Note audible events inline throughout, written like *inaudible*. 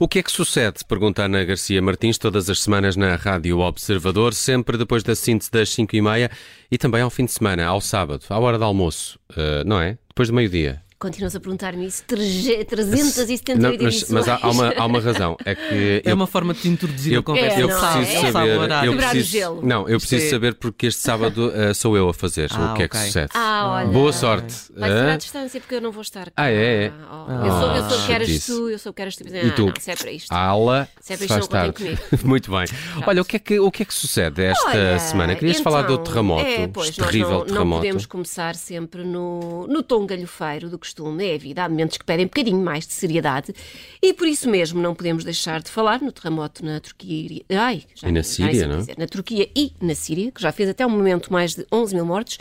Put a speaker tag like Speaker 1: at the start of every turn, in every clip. Speaker 1: O que é que sucede? Pergunta Ana Garcia Martins todas as semanas na Rádio Observador, sempre depois da síntese das 5 e meia e também ao fim de semana, ao sábado, à hora do almoço, eh, não é? Depois do meio-dia.
Speaker 2: Continuas a perguntar-me isso 300 378
Speaker 1: Não, mas
Speaker 2: edições.
Speaker 1: mas há, há uma, há uma razão. É que
Speaker 3: É
Speaker 1: eu
Speaker 3: uma forma de te introduzir
Speaker 1: Eu,
Speaker 3: a conversa.
Speaker 2: É,
Speaker 1: eu
Speaker 2: não
Speaker 3: Sabe-
Speaker 1: preciso
Speaker 2: é?
Speaker 3: sabe o
Speaker 1: saber.
Speaker 3: horário.
Speaker 1: Eu
Speaker 2: Quebrar o
Speaker 1: preciso,
Speaker 2: gelo.
Speaker 1: Não, eu
Speaker 3: Isto
Speaker 1: preciso
Speaker 3: é-
Speaker 1: saber porque este sábado eh, sou eu a fazer.
Speaker 3: Ah,
Speaker 1: o que é que
Speaker 3: ok.
Speaker 1: sucede?
Speaker 2: Ah, olha.
Speaker 1: Boa sorte.
Speaker 2: Vai ser
Speaker 1: Ah,
Speaker 2: à distância porque eu não vou estar.
Speaker 1: Ah, é, é.
Speaker 2: Ah, oh. eu sou, eu sou o que eras
Speaker 1: chatice.
Speaker 2: tu, eu sou o que eras tu. Ah,
Speaker 1: E tu?
Speaker 2: Não, se é para isto.
Speaker 1: Ala,
Speaker 2: Se é para
Speaker 1: se
Speaker 2: isto,
Speaker 1: faz
Speaker 2: não contem
Speaker 1: tarde. *laughs* Muito bem. Olha, o que, é que, o que é que sucede esta
Speaker 2: Olha,
Speaker 1: semana? Querias
Speaker 2: então,
Speaker 1: falar do terremoto,
Speaker 2: É,
Speaker 1: este
Speaker 2: pois,
Speaker 1: terrível
Speaker 2: nós não,
Speaker 1: terremoto.
Speaker 2: não podemos começar sempre no, no tom galhofeiro do costume. É a vida, há momentos que pedem um bocadinho mais de seriedade e por isso mesmo não podemos deixar de falar no terremoto na Turquia. Ai, já,
Speaker 1: E na
Speaker 2: já nem
Speaker 1: Síria,
Speaker 2: sei o que
Speaker 1: não é?
Speaker 2: dizer. Na Turquia e na Síria, que já fez até o momento mais de 11 mil mortes.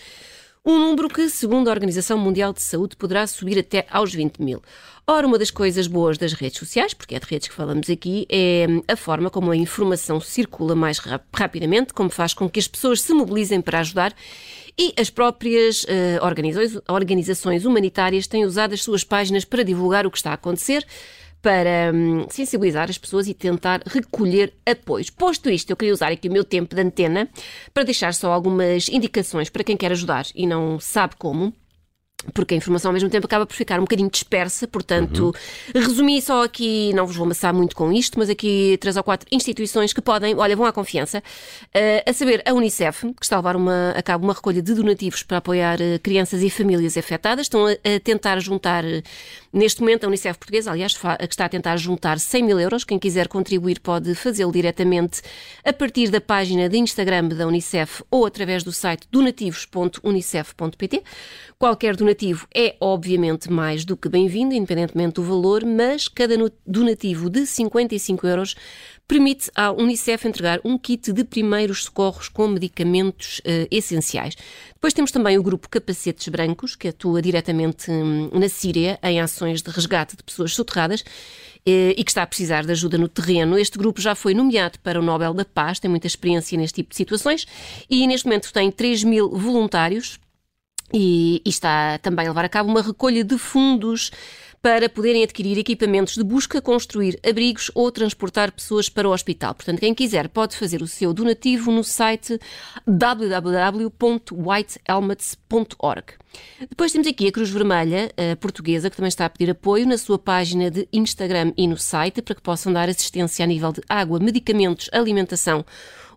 Speaker 2: Um número que, segundo a Organização Mundial de Saúde, poderá subir até aos 20 mil. Ora, uma das coisas boas das redes sociais, porque é de redes que falamos aqui, é a forma como a informação circula mais rap- rapidamente, como faz com que as pessoas se mobilizem para ajudar e as próprias eh, organizações, organizações humanitárias têm usado as suas páginas para divulgar o que está a acontecer, para hum, sensibilizar as pessoas e tentar recolher apoios. Posto isto, eu queria usar aqui o meu tempo de antena para deixar só algumas indicações para quem quer ajudar e não sabe como. Porque a informação ao mesmo tempo acaba por ficar um bocadinho dispersa, portanto, resumi só aqui, não vos vou amassar muito com isto, mas aqui três ou quatro instituições que podem, olha, vão à confiança, eh, a saber a Unicef, que está a levar uma, a cabo uma recolha de donativos para apoiar eh, crianças e famílias afetadas, estão a, a tentar juntar, eh, neste momento, a Unicef portuguesa, aliás, fa- que está a tentar juntar 100 mil euros, quem quiser contribuir pode fazê-lo diretamente a partir da página de Instagram da Unicef ou através do site donativos.unicef.pt. Qualquer donativo é, obviamente, mais do que bem-vindo, independentemente do valor, mas cada no- donativo de 55 euros permite à Unicef entregar um kit de primeiros socorros com medicamentos eh, essenciais. Depois temos também o grupo Capacetes Brancos, que atua diretamente hum, na Síria em ações de resgate de pessoas soterradas eh, e que está a precisar de ajuda no terreno. Este grupo já foi nomeado para o Nobel da Paz, tem muita experiência neste tipo de situações e neste momento tem 3 mil voluntários e, e está também a levar a cabo uma recolha de fundos para poderem adquirir equipamentos de busca, construir abrigos ou transportar pessoas para o hospital. Portanto, quem quiser pode fazer o seu donativo no site www.whitehelmets.org. Depois temos aqui a Cruz Vermelha eh, Portuguesa, que também está a pedir apoio na sua página de Instagram e no site para que possam dar assistência a nível de água, medicamentos, alimentação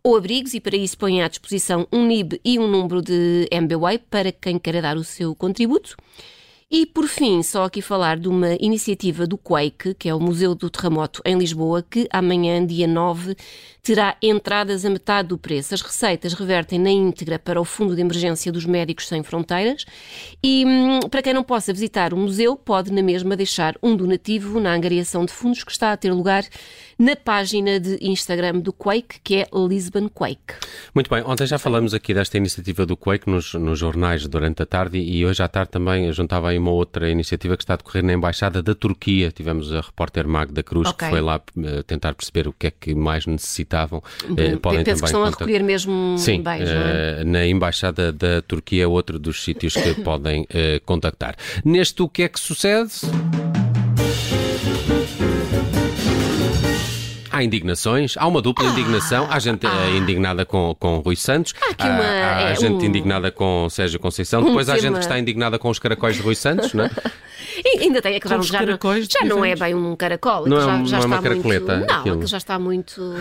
Speaker 2: ou abrigos e para isso põem à disposição um NIB e um número de MBWay para quem queira dar o seu contributo. E por fim, só aqui falar de uma iniciativa do Quake, que é o Museu do Terremoto em Lisboa, que amanhã, dia 9, terá entradas a metade do preço. As receitas revertem na íntegra para o Fundo de Emergência dos Médicos Sem Fronteiras. E hum, para quem não possa visitar o museu, pode na mesma deixar um donativo na angariação de fundos que está a ter lugar na página de Instagram do Quake, que é Lisbon Quake.
Speaker 1: Muito bem, ontem
Speaker 2: Então.
Speaker 1: já falamos aqui desta iniciativa do Quake nos, nos jornais durante a tarde e hoje à tarde também juntava aí uma outra iniciativa que está a decorrer na Embaixada da Turquia. Tivemos a repórter Magda Cruz
Speaker 2: Ok.
Speaker 1: que foi lá eh, tentar perceber o que é que mais necessitavam. Eh,
Speaker 2: Uhum. Penso que estão a
Speaker 1: contact-
Speaker 2: recolher mesmo
Speaker 1: Sim,
Speaker 2: bens, não é?
Speaker 1: eh, na Embaixada da Turquia é outro dos sítios que *laughs* podem eh, contactar. Neste o que é que sucede? Há indignações, há uma
Speaker 2: Ah.
Speaker 1: dupla indignação. Há gente eh, indignada com, com Rui Santos, há,
Speaker 2: aqui Ah. uma-
Speaker 1: há
Speaker 2: é,
Speaker 1: gente
Speaker 2: um-
Speaker 1: indignada com Sérgio Conceição, depois há gente
Speaker 2: tema.
Speaker 1: que está indignada com os caracóis de Rui Santos,
Speaker 2: *laughs*
Speaker 1: não é?
Speaker 2: E ainda tem aquele
Speaker 3: Com os
Speaker 2: já, não,
Speaker 3: caracóis
Speaker 2: já não é
Speaker 3: diferentes.
Speaker 2: bem um caracol, aquilo
Speaker 1: Não é
Speaker 2: já,
Speaker 1: um-
Speaker 2: já
Speaker 1: não é uma
Speaker 2: está muito,
Speaker 1: caracleta,
Speaker 2: não,
Speaker 1: aquilo. Hum.
Speaker 2: aquilo já está muito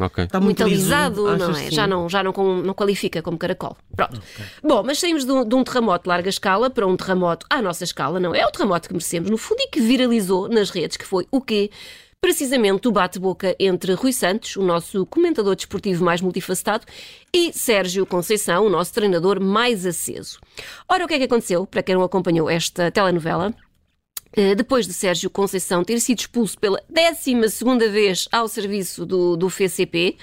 Speaker 1: Ok.
Speaker 3: Está
Speaker 2: muito
Speaker 3: tá liso,
Speaker 2: alisado, não
Speaker 3: achas assim?
Speaker 2: é?
Speaker 3: sim?
Speaker 2: Já não, já não, com- não qualifica como caracol. Pronto. Bom, mas saímos de um, de um terremoto de larga escala para um terremoto à nossa escala, não é? É o terremoto que merecemos, no fundo, e que viralizou nas redes, que foi o quê? Precisamente o bate-boca entre Rui Santos, o nosso comentador desportivo mais multifacetado, e Sérgio Conceição, o nosso treinador mais aceso. Ora, o que é que aconteceu, para quem não acompanhou esta telenovela? Eh, depois de Sérgio Conceição ter sido expulso pela 12 vez ao serviço do, do FCP.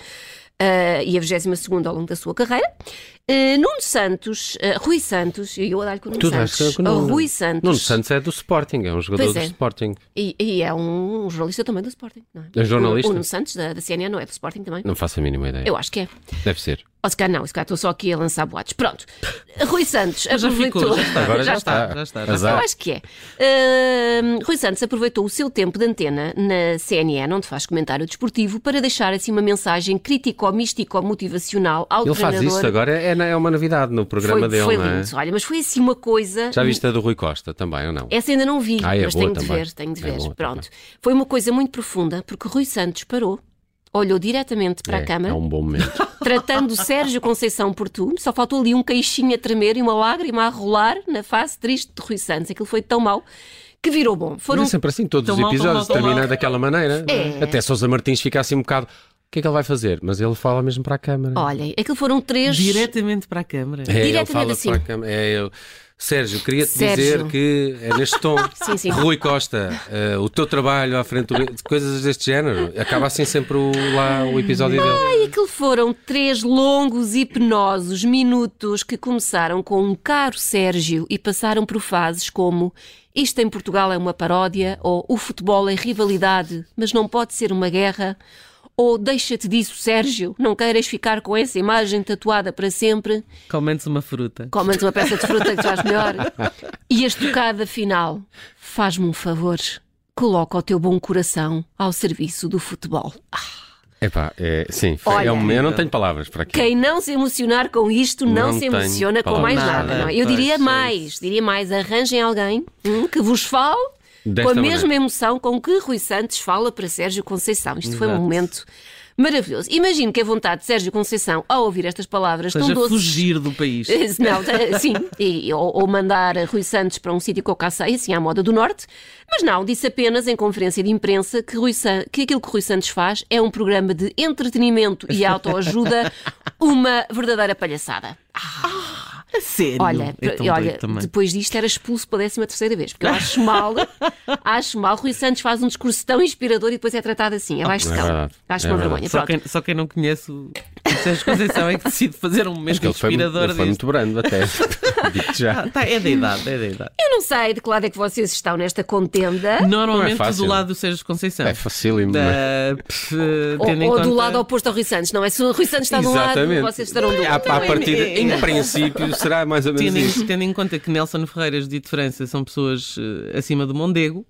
Speaker 2: eh, e a 22 ao longo da sua carreira, Eh, Nuno Santos, eh, Rui Santos, eu a dar com é o Nuno
Speaker 1: Tu dás
Speaker 2: Santos. Oh,
Speaker 1: com o Nuno.
Speaker 2: Rui Santos.
Speaker 1: Nuno Santos é do Sporting, é um jogador
Speaker 2: Pois
Speaker 1: do
Speaker 2: é.
Speaker 1: Sporting.
Speaker 2: E, e é um jornalista também do Sporting, não é?
Speaker 1: É jornalista?
Speaker 2: O Nuno Santos, da, da CNN, não é do Sporting também?
Speaker 1: Não faço a mínima ideia.
Speaker 2: Eu acho que é.
Speaker 1: Deve ser.
Speaker 2: Ou se calhar não, se calhar estou só aqui a lançar boatos. Pronto. Rui Santos
Speaker 3: já
Speaker 2: aproveitou.
Speaker 3: ficou, já está.
Speaker 1: Agora já
Speaker 3: está,
Speaker 1: está.
Speaker 3: já está, já
Speaker 1: Azar.
Speaker 2: Eu acho que é. Ahm, Rui Santos aproveitou o seu tempo de antena na CNN, onde faz comentário desportivo, para deixar assim uma mensagem crítico-místico-motivacional ao
Speaker 1: Ele faz
Speaker 2: treinador.
Speaker 1: isso agora, é, é uma novidade no programa
Speaker 2: foi,
Speaker 1: dele,
Speaker 2: foi
Speaker 1: não é?
Speaker 2: lindo. Olha, mas foi assim uma coisa.
Speaker 1: Já viste a do Rui Costa também, ou não?
Speaker 2: Essa ainda não vi,
Speaker 1: Ah, é
Speaker 2: mas
Speaker 1: boa
Speaker 2: tenho de
Speaker 1: também.
Speaker 2: ver, tenho de
Speaker 1: É
Speaker 2: ver.
Speaker 1: boa
Speaker 2: Pronto.
Speaker 1: também.
Speaker 2: Foi uma coisa muito profunda, porque Rui Santos parou, olhou diretamente para
Speaker 1: é,
Speaker 2: a câmara,
Speaker 1: é um bom momento.
Speaker 2: tratando Sérgio Conceição por tu, só faltou ali um queixinho a tremer e uma lágrima a rolar na face triste de Rui Santos. Aquilo foi tão mau que virou bom. Foram
Speaker 1: Mas É sempre assim, todos
Speaker 3: Tão
Speaker 1: os
Speaker 3: mal, tão
Speaker 1: episódios
Speaker 3: mal, tão
Speaker 1: terminam
Speaker 3: mal.
Speaker 1: daquela maneira. não
Speaker 2: um É.
Speaker 1: Até Sousa Martins fica assim um bocado. O que é que ele vai fazer? Mas ele fala mesmo para a câmara.
Speaker 2: Olha, aquilo foram três.
Speaker 3: Diretamente para a câmara.
Speaker 1: é, ele
Speaker 2: Oh, diretamente
Speaker 1: fala
Speaker 2: assim.
Speaker 1: para a câmara. É, eu- Sérgio, queria-te
Speaker 2: Sérgio.
Speaker 1: dizer que é neste tom.
Speaker 2: *laughs* Sim, sim.
Speaker 1: Rui Costa, eh, o teu trabalho à frente, do- coisas deste género. Acaba assim sempre o, lá o episódio dele.
Speaker 2: E aquilo foram três longos e penosos minutos que começaram com um caro Sérgio e passaram por fases como isto em Portugal é uma paródia, ou o futebol é rivalidade, mas não pode ser uma guerra, ou deixa-te disso, Sérgio, não queiras ficar com essa imagem tatuada para sempre.
Speaker 3: Comentes uma fruta.
Speaker 2: Comas uma peça de fruta que tu faz melhor. E a estocada final. Faz-me um favor. Coloca o teu bom coração ao serviço do futebol. Ah,
Speaker 1: Epá, é, sim, foi-
Speaker 2: Olha.
Speaker 1: é um, eu não tenho palavras para aquilo.
Speaker 2: Quem não se emocionar com isto não,
Speaker 1: Não
Speaker 2: se
Speaker 1: tenho
Speaker 2: emociona com mais
Speaker 3: palavras.
Speaker 2: nada. não é?
Speaker 3: Nada,
Speaker 2: Eu diria
Speaker 3: pois,
Speaker 2: mais, diria mais, arranjem alguém hum, que vos fale
Speaker 1: Desta
Speaker 2: com a
Speaker 1: maneira.
Speaker 2: mesma emoção com que Rui Santos fala para Sérgio Conceição. Isto foi um
Speaker 3: Exato.
Speaker 2: momento maravilhoso. Imagino que a vontade de Sérgio Conceição, ao ouvir estas palavras
Speaker 3: Ou
Speaker 2: tão
Speaker 3: seja,
Speaker 2: doces,
Speaker 3: fugir do
Speaker 2: *laughs*
Speaker 3: país.
Speaker 2: Não, tá, sim, e- ou, ou mandar Rui Santos para um sítio que eu cacei, assim à moda do Norte, mas não, disse apenas em conferência de imprensa que, Rui San- que aquilo que Rui Santos faz é um programa de entretenimento e
Speaker 3: *laughs*
Speaker 2: autoajuda, uma verdadeira palhaçada.
Speaker 3: A sério.
Speaker 2: Olha,
Speaker 3: é tão
Speaker 2: e olha
Speaker 3: doido também.
Speaker 2: depois disto era expulso pela 13 terceira vez, porque eu acho
Speaker 3: *laughs*
Speaker 2: mal, acho mal, Rui Santos faz um discurso tão inspirador e depois é tratado assim, abaixo de
Speaker 1: É
Speaker 2: cão.
Speaker 1: verdade,
Speaker 2: Acho
Speaker 1: é
Speaker 2: uma
Speaker 1: verdade.
Speaker 2: vergonha.
Speaker 3: Só
Speaker 2: Pronto.
Speaker 3: quem, só quem não conhece o o Sérgio Conceição é que decide fazer um momento
Speaker 1: Ele foi, ele
Speaker 3: inspirador
Speaker 1: foi
Speaker 3: deste.
Speaker 1: muito brando
Speaker 3: *laughs*
Speaker 1: até. Digo-te já.
Speaker 3: Ah, tá, é da idade, é da idade.
Speaker 2: Eu não sei de que lado é que vocês estão nesta contenda.
Speaker 1: Não é
Speaker 3: Normalmente
Speaker 1: fácil.
Speaker 3: do lado do Sérgio Conceição.
Speaker 1: É facílimo. mas-
Speaker 3: Da- pff,
Speaker 2: Ou,
Speaker 3: tendo em
Speaker 2: ou do
Speaker 3: conta-
Speaker 2: lado oposto ao Rui Santos, não é? Se o Rui Santos está de um lado,
Speaker 1: Exatamente. É, Ah,
Speaker 2: vocês estarão do
Speaker 1: À,
Speaker 2: outro. É.
Speaker 1: à partida, em
Speaker 3: Também.
Speaker 1: princípio, será mais ou menos
Speaker 3: Tendo
Speaker 1: isso.
Speaker 3: em, tendo em conta que Nelson Ferreira e Judite França são pessoas eh, acima do Mondego,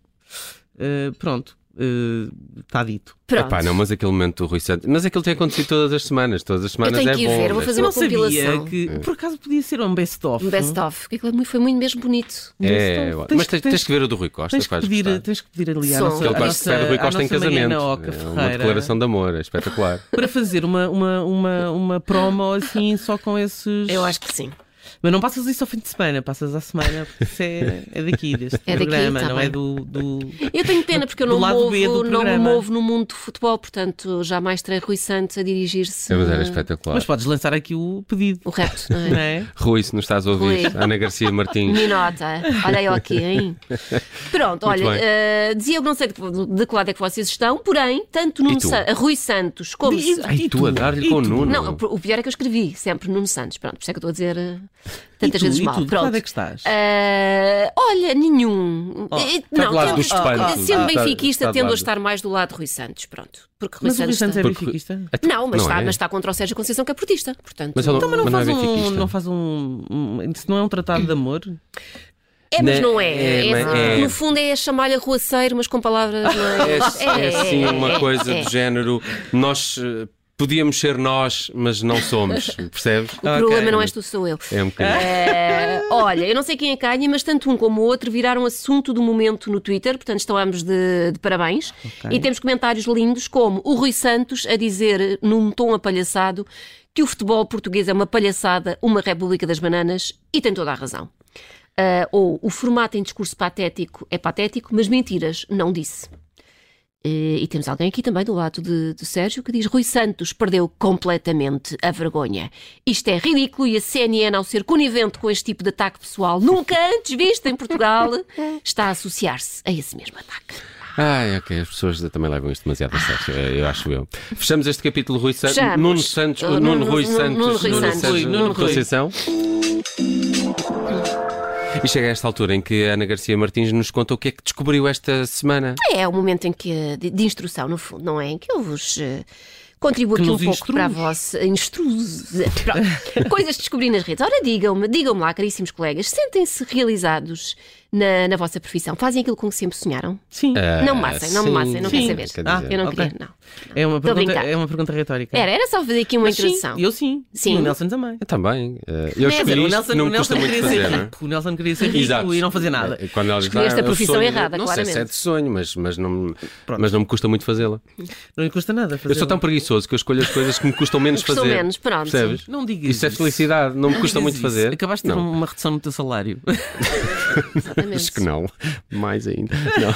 Speaker 3: eh, pronto, eh, está dito.
Speaker 2: Pronto.
Speaker 1: Epá, não, mas aquele momento do Rui Santos. Mas aquilo tem acontecido todas as semanas. Todas as
Speaker 2: Eu
Speaker 1: semanas
Speaker 2: tenho
Speaker 1: é
Speaker 2: que ir
Speaker 1: bom.
Speaker 2: ver, vou
Speaker 1: mas-
Speaker 2: fazer
Speaker 3: Eu
Speaker 2: uma
Speaker 3: não sabia
Speaker 2: compilação.
Speaker 3: que,
Speaker 1: É.
Speaker 3: por acaso, podia ser um best-of.
Speaker 2: Um best-of. Porque aquilo é muito- foi muito mesmo bonito.
Speaker 3: Um
Speaker 1: É,
Speaker 3: best-of.
Speaker 1: mas tens, tens que ver o do Rui Costa.
Speaker 3: tens que
Speaker 1: faz
Speaker 3: pedir,
Speaker 1: gostar.
Speaker 3: tens que pedir ali à
Speaker 2: Som.
Speaker 3: nossa,
Speaker 1: Ele
Speaker 3: à
Speaker 1: quase
Speaker 3: nossa-
Speaker 1: espera o Rui
Speaker 3: à
Speaker 1: Costa em
Speaker 3: nossa
Speaker 1: casamento.
Speaker 3: Mariana Oca
Speaker 1: É uma
Speaker 3: Ferreira.
Speaker 1: declaração de amor, é espetacular.
Speaker 3: para fazer uma, uma, uma,
Speaker 2: *laughs*
Speaker 3: uma promo assim só com esses.
Speaker 2: Eu acho que sim.
Speaker 3: Mas não passas isso ao fim de semana, passas à semana, porque isso é, é daqui, deste
Speaker 2: É daqui,
Speaker 3: programa,
Speaker 2: tá
Speaker 3: não
Speaker 2: bem.
Speaker 3: é do. do-
Speaker 2: Eu tenho pena porque eu não,
Speaker 3: Do
Speaker 2: me
Speaker 3: lado B
Speaker 2: movo,
Speaker 3: do
Speaker 2: não me
Speaker 3: programa.
Speaker 2: movo no mundo do futebol, portanto jamais terei Rui Santos a dirigir-se.
Speaker 1: É, mas era
Speaker 2: a-
Speaker 1: espetacular.
Speaker 3: Uhum. Mas podes lançar aqui o pedido,
Speaker 2: O repto, não
Speaker 3: não
Speaker 2: é?
Speaker 3: é?
Speaker 1: Rui, se nos estás a ouvir,
Speaker 2: Rui.
Speaker 1: Ana Garcia Martins.
Speaker 2: Minota, olha eu aqui,
Speaker 1: *laughs*
Speaker 2: hein? Pronto, olha,
Speaker 1: bem.
Speaker 2: eh, dizia eu que não sei de de que lado é que vocês estão, porém, tanto
Speaker 1: E
Speaker 2: Nuno
Speaker 1: tu?
Speaker 2: Sa a Rui Santos como.
Speaker 3: Diz-
Speaker 2: Sa-
Speaker 1: Ai,
Speaker 3: E
Speaker 1: tu,
Speaker 3: tu?
Speaker 1: a dar-lhe
Speaker 3: E
Speaker 1: com o
Speaker 3: tu?
Speaker 1: Nuno.
Speaker 2: Não, o pior é que eu escrevi sempre Nuno Santos. Pronto, por isso é que eu estou a dizer eh,
Speaker 3: e
Speaker 2: tantas
Speaker 3: tu,
Speaker 2: vezes
Speaker 3: e
Speaker 2: mal.
Speaker 3: tu, de que lado
Speaker 2: Pronto.
Speaker 3: é que estás?
Speaker 2: Ah, olha, nenhum.
Speaker 3: Oh,
Speaker 2: Eh,
Speaker 1: está do lado
Speaker 2: tendo-
Speaker 1: dos espantos.
Speaker 2: sendo
Speaker 1: Está-
Speaker 2: benfiquista,
Speaker 1: está do
Speaker 2: tendo a
Speaker 1: lado.
Speaker 2: estar mais do lado de Rui Santos. Pronto. Porque Rui
Speaker 3: Mas o Rui
Speaker 2: Santos.
Speaker 3: Santos é
Speaker 2: está...
Speaker 1: Porque-
Speaker 3: benfiquista?
Speaker 2: Não, mas,
Speaker 1: Não
Speaker 2: está,
Speaker 1: é?
Speaker 2: mas está contra o Sérgio Conceição, que é portista. Portanto,
Speaker 1: Mas ele-
Speaker 3: Mas não,
Speaker 1: Mas não é
Speaker 3: faz um,
Speaker 1: benfiquista.
Speaker 3: não faz um, um- Isso não é um tratado de amor?
Speaker 2: é, mas não é.
Speaker 1: É,
Speaker 2: É-
Speaker 1: mas é-
Speaker 2: No fundo, é chamar-lhe arruaceiro, mas com palavras. mais-
Speaker 1: É, é assim uma
Speaker 2: é,
Speaker 1: coisa
Speaker 2: é.
Speaker 1: do género. Nós eh, podíamos ser nós, mas não somos. Percebes?
Speaker 2: O problema não és tu, sou eu.
Speaker 1: É um bocadinho.
Speaker 2: Eh, olha, eu não sei quem é Kanye, mas tanto um como o outro viraram assunto do momento no Twitter, portanto estão ambos de, de parabéns. E temos comentários lindos como o Rui Santos a dizer, num tom apalhaçado, que o futebol português é uma palhaçada, uma república das bananas, e tem toda a razão. Eh, ou o formato em discurso patético é patético, mas mentiras, não disse. Eh, E temos alguém aqui também do lado de, do Sérgio que diz: Rui Santos perdeu completamente a vergonha. Isto é ridículo e a CNN, ao ser conivente com este tipo de *laughs* ataque pessoal, nunca antes visto em Portugal, está a associar-se a esse mesmo ataque.
Speaker 1: Ai, ok, as pessoas também levam isto demasiado a sério, eh, eu- eu acho eu. Fechamos este capítulo, Rui Santos.
Speaker 2: Fechamos.
Speaker 1: Nuno Santos,
Speaker 2: Oh,
Speaker 1: Nuno
Speaker 2: Nuno-
Speaker 1: Rui
Speaker 2: Nuno-
Speaker 1: Santos,
Speaker 2: Nuno Rui
Speaker 1: Nuno
Speaker 2: Santos.
Speaker 1: Santos,
Speaker 3: Nuno
Speaker 1: Nuno
Speaker 3: Rui.
Speaker 1: Conceição. E chega a esta altura em que a Ana Garcia Martins nos conta o que é que descobriu esta semana.
Speaker 2: É o momento em que, de, de instrução, no fundo, não é? Em que eu vos eh, contribuo
Speaker 3: Que
Speaker 2: aqui um
Speaker 3: nos
Speaker 2: pouco
Speaker 3: instruz.
Speaker 2: para a vossa. Instruze. Pronto. Coisas que descobri nas redes. Ora, digam-me, digam-me lá, caríssimos colegas, sentem-se realizados na, na vossa profissão? Fazem aquilo com que sempre sonharam?
Speaker 3: Sim.
Speaker 1: É.
Speaker 2: Não me matem, não me
Speaker 1: Ah, sim,
Speaker 2: matem, não
Speaker 1: sim.
Speaker 2: quero saber.
Speaker 1: Quer
Speaker 3: Ah,
Speaker 1: dizer,
Speaker 2: Eu não
Speaker 3: Ok.
Speaker 2: queria, não.
Speaker 3: É uma,
Speaker 2: Tô a
Speaker 3: pergunta,
Speaker 2: brincar.
Speaker 3: é uma pergunta retórica.
Speaker 2: Era, era só fazer aqui uma
Speaker 3: Mas sim,
Speaker 2: introdução.
Speaker 3: eu sim.
Speaker 2: Sim.
Speaker 3: E o Nelson também.
Speaker 1: Eu também. eh, Eu
Speaker 2: Quer dizer,
Speaker 1: escolhi
Speaker 2: o
Speaker 1: isto, não me custa muito
Speaker 3: queria
Speaker 1: fazer,
Speaker 3: ser
Speaker 1: não é?
Speaker 3: rico. O Nelson queria ser rico e não fazer nada.
Speaker 1: Eh, Quando ela diz,
Speaker 2: Escolheste a
Speaker 1: "Ah, eu
Speaker 2: profissão
Speaker 1: sonho",
Speaker 2: errada,
Speaker 1: não sei se é
Speaker 2: claramente.
Speaker 1: de sonho, mas, mas, não,
Speaker 3: Pronto.
Speaker 1: mas não me custa muito fazê-la.
Speaker 3: Não lhe custa nada fazer.
Speaker 1: Eu sou tão preguiçoso que eu escolho as coisas que me custam menos
Speaker 2: Custou
Speaker 1: fazer.
Speaker 2: menos, pronto.
Speaker 1: Percebes?
Speaker 3: Não digas
Speaker 1: Isso é felicidade, não me
Speaker 3: Não
Speaker 1: custa
Speaker 3: digas
Speaker 1: muito
Speaker 3: isso.
Speaker 1: fazer.
Speaker 3: Acabaste de ter
Speaker 1: não.
Speaker 3: uma redução no teu
Speaker 1: *laughs*
Speaker 3: salário.
Speaker 1: Acho
Speaker 2: Exatamente.
Speaker 1: que não, *laughs* mais ainda. Não.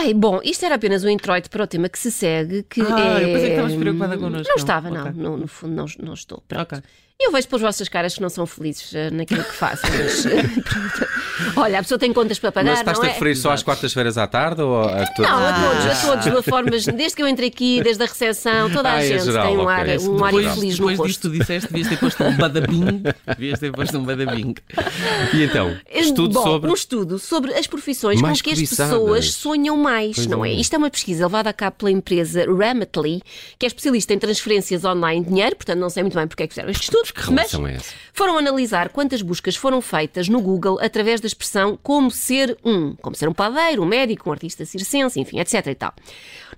Speaker 2: Ai, bom, isto era apenas um introito para o tema que se segue, que
Speaker 3: Ah,
Speaker 2: é...
Speaker 3: eu pensei que estavas preocupada connosco.
Speaker 2: Não estava, não.
Speaker 3: Ok.
Speaker 2: No, no fundo, não, não estou. Pronto.
Speaker 3: Ok.
Speaker 2: Eu vejo pelas vossas caras que não são felizes eh, naquilo que fazem.
Speaker 3: *laughs*
Speaker 2: mas, *laughs* pronto. Olha, a pessoa tem contas para pagar,
Speaker 1: Mas estás-te
Speaker 2: não
Speaker 1: a
Speaker 2: é?
Speaker 1: referir só às quartas-feiras à tarde ou a todos?
Speaker 2: Não, a
Speaker 3: Ah.
Speaker 2: todos, a todos, de uma forma, desde que eu entrei aqui, desde a recepção, toda a
Speaker 1: Ah, é
Speaker 2: gente
Speaker 1: geral,
Speaker 2: tem um
Speaker 1: ok.
Speaker 2: ar,
Speaker 1: Esse
Speaker 2: um ar
Speaker 1: depois-
Speaker 2: infeliz no
Speaker 3: depois
Speaker 2: rosto.
Speaker 3: disto tu disseste, devias ter posto um badabing. Devias ter posto um badabing.
Speaker 1: E então, estudo
Speaker 2: Bom,
Speaker 1: sobre.
Speaker 2: um estudo sobre as profissões
Speaker 1: Mais
Speaker 2: com que as
Speaker 1: cobiçadas.
Speaker 2: pessoas sonham mais,
Speaker 1: Pois
Speaker 2: não
Speaker 1: é.
Speaker 2: é? Isto é uma pesquisa levada a cabo pela empresa Remitly, que é especialista em transferências online de dinheiro, portanto não sei muito bem porque é que fizeram este estudo,
Speaker 1: Que
Speaker 2: mas
Speaker 1: relação é essa?
Speaker 2: foram analisar quantas buscas foram feitas no Google através da expressão como ser um, como ser um padeiro, um médico, um artista circense, enfim, etc e tal.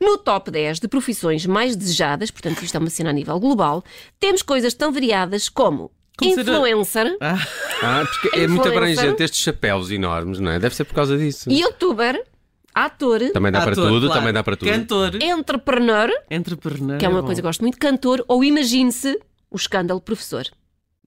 Speaker 2: No top 10 de profissões mais desejadas, portanto isto é uma cena a nível global, temos coisas tão variadas como,
Speaker 3: Como ser a-
Speaker 2: influencer,
Speaker 1: Ah, porque é muito
Speaker 2: Influencer.
Speaker 1: abrangente estes chapéus enormes, não é? Deve ser por causa disso.
Speaker 2: youtuber, ator...
Speaker 1: Também dá para
Speaker 3: Ah, Ator,
Speaker 1: tudo,
Speaker 3: claro.
Speaker 1: também dá para tudo.
Speaker 3: Cantor,
Speaker 2: entrepreneur,
Speaker 3: entrepreneur.
Speaker 2: que é uma
Speaker 3: bom.
Speaker 2: coisa que gosto muito, cantor, ou imagine-se o escândalo professor.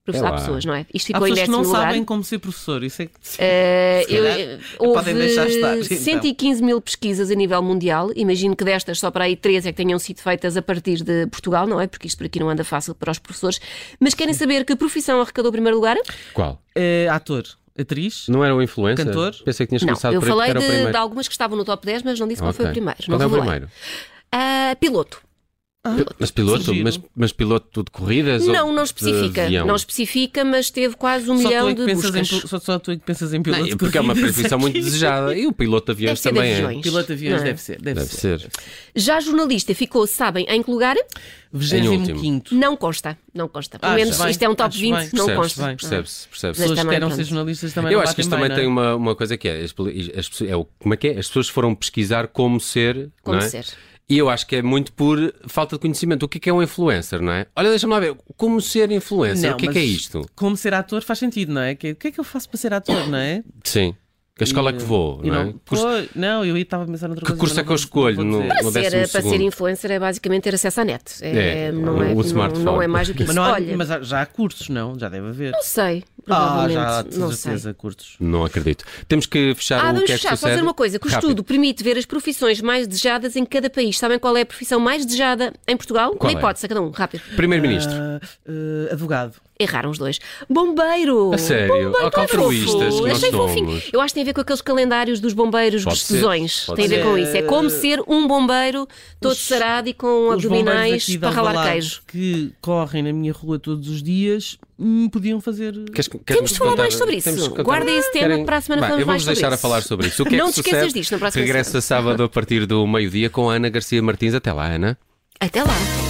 Speaker 2: Professor,
Speaker 1: É
Speaker 2: há
Speaker 1: lá.
Speaker 2: pessoas, não é? Isto
Speaker 3: Há
Speaker 2: ficou em
Speaker 3: pessoas que
Speaker 2: décimo
Speaker 3: não
Speaker 2: lugar.
Speaker 3: sabem como ser professor. Isso é que.
Speaker 2: Eh,
Speaker 3: Se
Speaker 2: eu-
Speaker 3: calhar,
Speaker 2: eh,
Speaker 3: podem deixar estar, então.
Speaker 2: houve 115 mil pesquisas a nível mundial. Imagino que destas só para aí três é que tenham sido feitas a partir de Portugal, não é? Porque isto por aqui não anda fácil para os professores. Mas querem saber que profissão arrecadou o primeiro lugar?
Speaker 1: Qual?
Speaker 3: Eh, ator, atriz.
Speaker 1: Não era o influencer?
Speaker 3: Cantor?
Speaker 1: Pensei que tinhas
Speaker 2: Não,
Speaker 1: começado
Speaker 2: eu
Speaker 1: por aí, porque
Speaker 2: falei
Speaker 1: era o
Speaker 2: de,
Speaker 1: primeiro.
Speaker 2: de algumas que estavam no top 10, mas não disse qual
Speaker 1: Ok.
Speaker 2: foi o primeiro.
Speaker 1: Qual
Speaker 2: não
Speaker 1: é o
Speaker 2: revelei.
Speaker 1: primeiro?
Speaker 2: Ah, piloto.
Speaker 1: Mas piloto,
Speaker 3: é Giro.
Speaker 1: mas, mas piloto de corridas? ou
Speaker 2: Não, não
Speaker 1: de
Speaker 2: especifica.
Speaker 1: avião?
Speaker 2: Não especifica, mas teve quase um
Speaker 3: Só tu,
Speaker 2: milhão
Speaker 3: é que
Speaker 2: de
Speaker 3: pensas em,
Speaker 2: buscas.
Speaker 3: pil- só, só tu é que pensas em piloto.
Speaker 1: Não,
Speaker 3: de
Speaker 1: porque é uma
Speaker 3: corridas
Speaker 1: profissão
Speaker 2: *laughs*
Speaker 1: muito
Speaker 3: aqui.
Speaker 1: desejada. E o piloto de aviões
Speaker 2: Deve ser de
Speaker 1: também é.
Speaker 2: aviões.
Speaker 3: *laughs* Piloto de aviões
Speaker 2: Não é?
Speaker 3: deve ser. Deve,
Speaker 1: Deve
Speaker 3: ser.
Speaker 1: ser.
Speaker 2: Já jornalista ficou, sabem, em que lugar?
Speaker 3: 25.
Speaker 2: Não consta, não consta. Pelo
Speaker 3: Acho
Speaker 2: menos
Speaker 3: bem,
Speaker 2: isto é um top
Speaker 3: acho
Speaker 2: 20,
Speaker 3: bem.
Speaker 2: não
Speaker 1: Percebes?
Speaker 2: consta.
Speaker 3: bem.
Speaker 1: Percebe-se, percebe-se.
Speaker 2: Mas
Speaker 3: Pessoas que
Speaker 2: também,
Speaker 3: querem
Speaker 2: pronto.
Speaker 3: ser jornalistas também
Speaker 1: Eu
Speaker 3: não
Speaker 1: acho que isto
Speaker 3: batem
Speaker 1: também
Speaker 3: bem,
Speaker 1: tem
Speaker 3: não é?
Speaker 1: uma, uma coisa que é, as, poli- as pessoas- é o, como é que é? As pessoas foram pesquisar como ser,
Speaker 2: Como
Speaker 1: não é?
Speaker 2: ser.
Speaker 1: E eu acho que é muito por falta de conhecimento. O que é, que é um influencer, não é? Olha, deixa-me lá ver. Como ser influencer?
Speaker 3: Não,
Speaker 1: o que é,
Speaker 3: mas
Speaker 1: que é isto?
Speaker 3: Como ser ator faz sentido, não é? Que- O que é que eu faço para ser ator, não é?
Speaker 1: Sim. Que escola é que vou,
Speaker 3: E
Speaker 1: não é?
Speaker 3: não,
Speaker 1: Curso-
Speaker 3: Pô, não, eu estava a pensar noutra
Speaker 1: Que
Speaker 3: coisa.
Speaker 1: curso
Speaker 3: mas
Speaker 1: é
Speaker 3: não
Speaker 1: que eu
Speaker 3: vou-
Speaker 1: escolho
Speaker 3: não vou
Speaker 1: no-
Speaker 3: dizer.
Speaker 1: no
Speaker 2: Para ser,
Speaker 1: décimo
Speaker 2: para ser
Speaker 1: segundo.
Speaker 2: influencer é basicamente ter acesso à net. É,
Speaker 1: É,
Speaker 2: não, é,
Speaker 1: o
Speaker 2: não-
Speaker 1: smartphone.
Speaker 2: não é mais do que isso.
Speaker 3: Mas, não há-
Speaker 2: Olha,
Speaker 3: mas há- já há cursos, não? Já deve haver.
Speaker 2: não sei,
Speaker 3: ah,
Speaker 2: provavelmente,
Speaker 3: já há de
Speaker 2: não sei.
Speaker 3: certeza cursos.
Speaker 1: Não acredito. Temos que fechar
Speaker 2: Ah,
Speaker 1: o
Speaker 2: vamos
Speaker 1: que é que
Speaker 2: fechar, só
Speaker 1: sucede.
Speaker 2: dizer uma coisa, que o
Speaker 1: Rápido.
Speaker 2: estudo permite ver as profissões mais desejadas em cada país. Sabem qual é a profissão mais desejada em Portugal?
Speaker 1: Qual
Speaker 2: Uma
Speaker 1: é?
Speaker 2: hipótese, a cada um, rápido.
Speaker 1: Primeiro-Ministro.
Speaker 3: Ah, ah, advogado.
Speaker 2: Erraram os dois. Bombeiro!
Speaker 1: A sério?
Speaker 2: Bombeiro,
Speaker 1: Ah, que
Speaker 2: tão fofo.
Speaker 1: altruístas que nós
Speaker 2: Achei fofinho.
Speaker 1: somos.
Speaker 2: Eu acho que tem a ver com aqueles calendários dos bombeiros
Speaker 1: Pode ser,
Speaker 2: gostosões.
Speaker 1: pode
Speaker 2: Tem a ver
Speaker 3: ser.
Speaker 2: com isso. É como ser um bombeiro todo sarado e com
Speaker 3: Os bombeiros
Speaker 2: abdominais
Speaker 3: aqui de
Speaker 2: para ralar
Speaker 3: Alvalade
Speaker 2: queijo.
Speaker 3: Que correm na minha rua todos os dias, hum, podiam fazer.
Speaker 1: Queres- queres
Speaker 2: Temos de falar
Speaker 1: contar-
Speaker 2: mais sobre
Speaker 1: temos que
Speaker 2: isso.
Speaker 1: contar-
Speaker 2: Guarda esse tema que para a semana
Speaker 1: Bem,
Speaker 2: falamos
Speaker 1: eu vou-vos
Speaker 2: mais sobre
Speaker 1: deixar a
Speaker 2: isso.
Speaker 1: falar sobre isso. O que é
Speaker 2: Não
Speaker 1: que
Speaker 2: te esqueças
Speaker 1: sucede?
Speaker 2: disto na próxima
Speaker 1: Regressa sábado a partir do meio-dia com a Ana Garcia Martins. Até lá, Ana.
Speaker 2: Até lá!